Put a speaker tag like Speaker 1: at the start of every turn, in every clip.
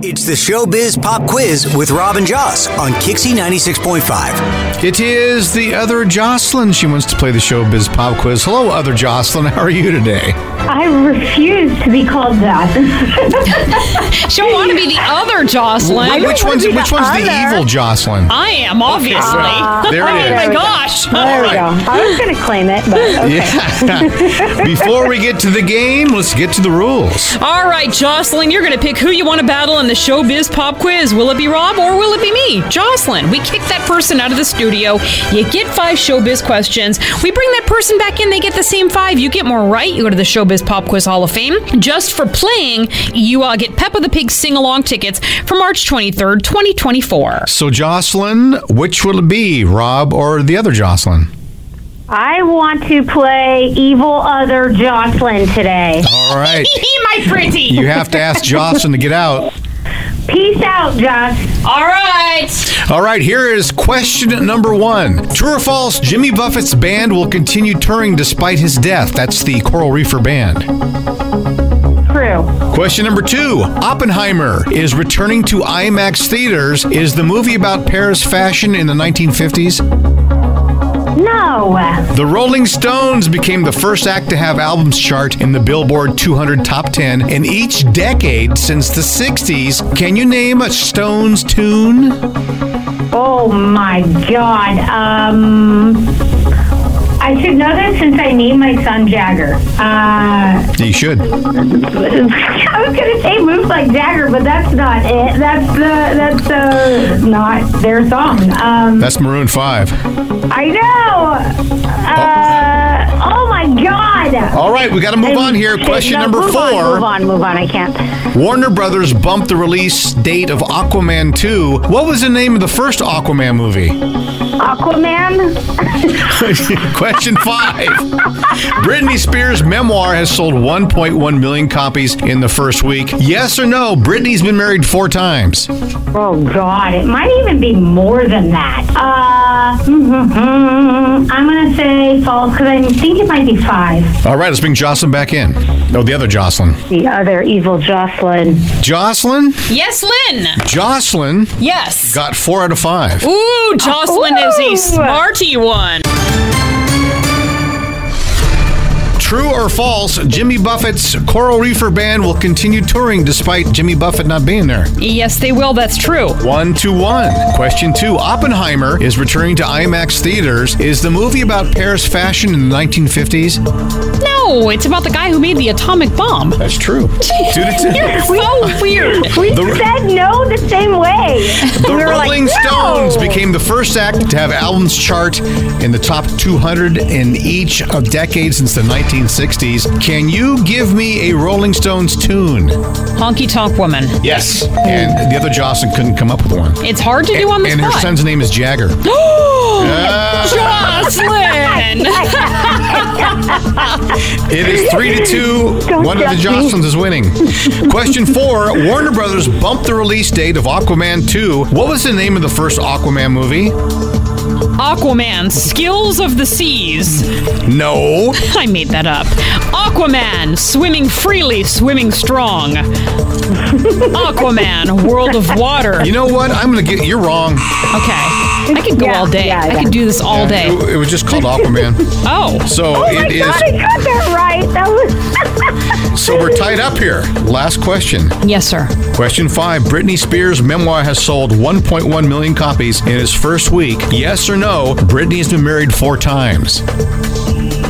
Speaker 1: It's the Showbiz Pop Quiz with Robin Joss on Kixie 96.5.
Speaker 2: It is the other Jocelyn. She wants to play the showbiz pop quiz. Hello, other Jocelyn. How are you today?
Speaker 3: I refuse to be called that.
Speaker 4: She'll want to be the other Jocelyn.
Speaker 2: Wait, which one's
Speaker 3: be
Speaker 2: which
Speaker 3: the
Speaker 2: one's the
Speaker 3: other.
Speaker 2: evil Jocelyn?
Speaker 4: I am, obviously.
Speaker 2: There
Speaker 4: oh
Speaker 2: it is.
Speaker 4: my gosh.
Speaker 3: there we go. I was going to claim it, but okay.
Speaker 2: Yeah. Before we get to the game, let's get to the rules.
Speaker 4: All right, Jocelyn, you're going to pick who you want to battle in the showbiz pop quiz. Will it be Rob or will it be me? Jocelyn, we kick that person out of the studio. You get five showbiz questions. We bring that person back in, they get the same five. You get more right, you go to the Showbiz Pop Quiz Hall of Fame. Just for playing, you uh, get Peppa the Pig sing along tickets for March 23rd, 2024.
Speaker 2: So, Jocelyn, which will it be, Rob or the other Jocelyn?
Speaker 3: I want to play evil other Jocelyn today.
Speaker 2: All right.
Speaker 4: my pretty.
Speaker 2: You have to ask Jocelyn to get out.
Speaker 3: Peace out, Josh.
Speaker 4: All right.
Speaker 2: All right, here is question number one. True or false, Jimmy Buffett's band will continue touring despite his death. That's the Coral Reefer Band.
Speaker 3: True.
Speaker 2: Question number two Oppenheimer is returning to IMAX theaters. Is the movie about Paris fashion in the 1950s?
Speaker 3: No.
Speaker 2: The Rolling Stones became the first act to have albums chart in the Billboard 200 Top 10 in each decade since the 60s. Can you name a Stones tune?
Speaker 3: Oh my God. Um, I should know this since I named my son Jagger. Uh,
Speaker 2: You should.
Speaker 3: I was going to say move like Jagger, but that's not it. That's the that's uh, not their song. Um,
Speaker 2: That's Maroon 5.
Speaker 3: I know. Uh, oh. my God.
Speaker 2: All right, we got to move on here.
Speaker 3: Okay,
Speaker 2: Question
Speaker 3: no,
Speaker 2: number
Speaker 3: move on, move
Speaker 2: four
Speaker 3: on, move on. I can't.
Speaker 2: Warner Brothers bumped the release date of Aquaman 2. What was the name of the first Aquaman movie?
Speaker 3: Aquaman.
Speaker 2: Question five. Britney Spears' memoir has sold 1.1 million copies in the first week. Yes or no? Britney's been married four times.
Speaker 3: Oh God, it might even be more than that. Uh, mm-hmm, I'm gonna say false because I think it might be five.
Speaker 2: All right, let's bring Jocelyn back in. No, the other Jocelyn.
Speaker 3: The other evil Jocelyn.
Speaker 2: Jocelyn?
Speaker 4: Yes, Lynn.
Speaker 2: Jocelyn
Speaker 4: Yes.
Speaker 2: got four out of five.
Speaker 4: Ooh, Jocelyn is a smarty one.
Speaker 2: True or false, Jimmy Buffett's Coral Reefer Band will continue touring despite Jimmy Buffett not being there.
Speaker 4: Yes, they will. That's true.
Speaker 2: One to one. Question two Oppenheimer is returning to IMAX theaters. Is the movie about Paris fashion in the 1950s?
Speaker 4: No, it's about the guy who made the atomic bomb.
Speaker 2: That's true. Two to two.
Speaker 4: You're so weird.
Speaker 3: We
Speaker 2: The-
Speaker 3: said no the same way.
Speaker 2: The
Speaker 3: we were
Speaker 2: Rolling
Speaker 3: like,
Speaker 2: Stones
Speaker 3: no.
Speaker 2: became the first act to have albums chart in the top 200 in each of decades since the 1960s. Can you give me a Rolling Stones tune?
Speaker 4: Honky Tonk Woman.
Speaker 2: Yes. And the other Jocelyn couldn't come up with one.
Speaker 4: It's hard to do on the
Speaker 2: and her
Speaker 4: spot.
Speaker 2: son's name is Jagger. Ah,
Speaker 4: Jocelyn.
Speaker 2: it is three to 2
Speaker 3: Don't
Speaker 2: one of the
Speaker 3: judge me.
Speaker 2: Jocelyns is winning. Question four: Warner Brothers bumped the release date of Aquaman 2. What was the name of the first Aquaman movie?
Speaker 4: Aquaman, Skills of the Seas.
Speaker 2: No.
Speaker 4: I made that up. Aquaman, Swimming Freely, Swimming Strong. Aquaman, World of Water.
Speaker 2: You know what? I'm gonna get. You're wrong.
Speaker 4: Okay. I could go
Speaker 3: Yeah,
Speaker 4: all day.
Speaker 3: yeah,
Speaker 4: I
Speaker 3: yeah.
Speaker 4: could do this all day.
Speaker 2: It, it was just called Aquaman.
Speaker 4: Oh.
Speaker 2: So
Speaker 3: Oh my
Speaker 2: it is.
Speaker 3: God, I got that right. That was.
Speaker 2: So we're tied up here. Last question.
Speaker 4: Yes, sir.
Speaker 2: Question five Britney Spears' memoir has sold 1.1 million copies in its first week. Yes or no, Britney has been married four times.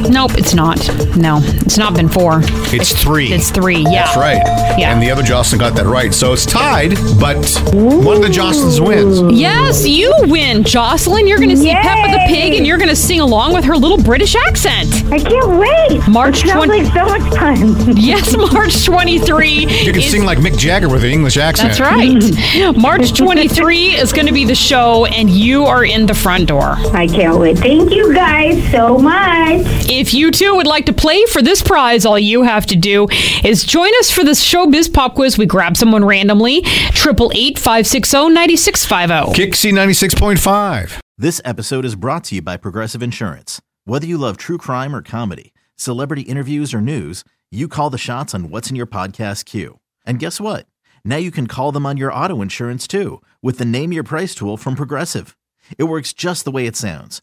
Speaker 4: Nope, it's not. No, it's not been four.
Speaker 2: It's three.
Speaker 4: It's three. Yeah.
Speaker 2: That's right.
Speaker 4: Yeah.
Speaker 2: And the other Jocelyn got that right. So it's tied, but one of the Jocelyns wins.
Speaker 4: Yes, you win, Jocelyn. You're going to see Peppa the Pig, and you're going to sing along with her little British accent.
Speaker 5: I can't wait.
Speaker 4: March
Speaker 5: it sounds
Speaker 4: 20
Speaker 5: like so much fun.
Speaker 4: Yes, March 23.
Speaker 2: You can
Speaker 4: is-
Speaker 2: sing like Mick Jagger with an English accent.
Speaker 4: That's right. March 23 is going to be the show, and you are in the front door.
Speaker 5: I can't wait. Thank you guys so much.
Speaker 4: If you too would like to play for this prize, all you have to do is join us for this Showbiz Pop Quiz. We grab someone randomly, 888 560 9650.
Speaker 2: Kixie 96.5.
Speaker 6: This episode is brought to you by Progressive Insurance. Whether you love true crime or comedy, celebrity interviews or news, you call the shots on what's in your podcast queue. And guess what? Now you can call them on your auto insurance too with the Name Your Price tool from Progressive. It works just the way it sounds.